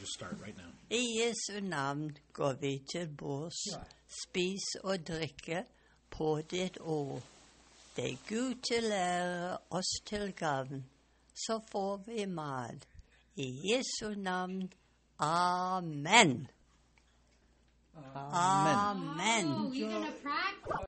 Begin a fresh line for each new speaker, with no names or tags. just start right now.
I Jesu navn går vi til bords. Spis og drikke på ditt ord. Det er Gud til ære, oss til gavn. Så får vi mat. I Jesu navn. Amen. Amen.
We're gonna practice.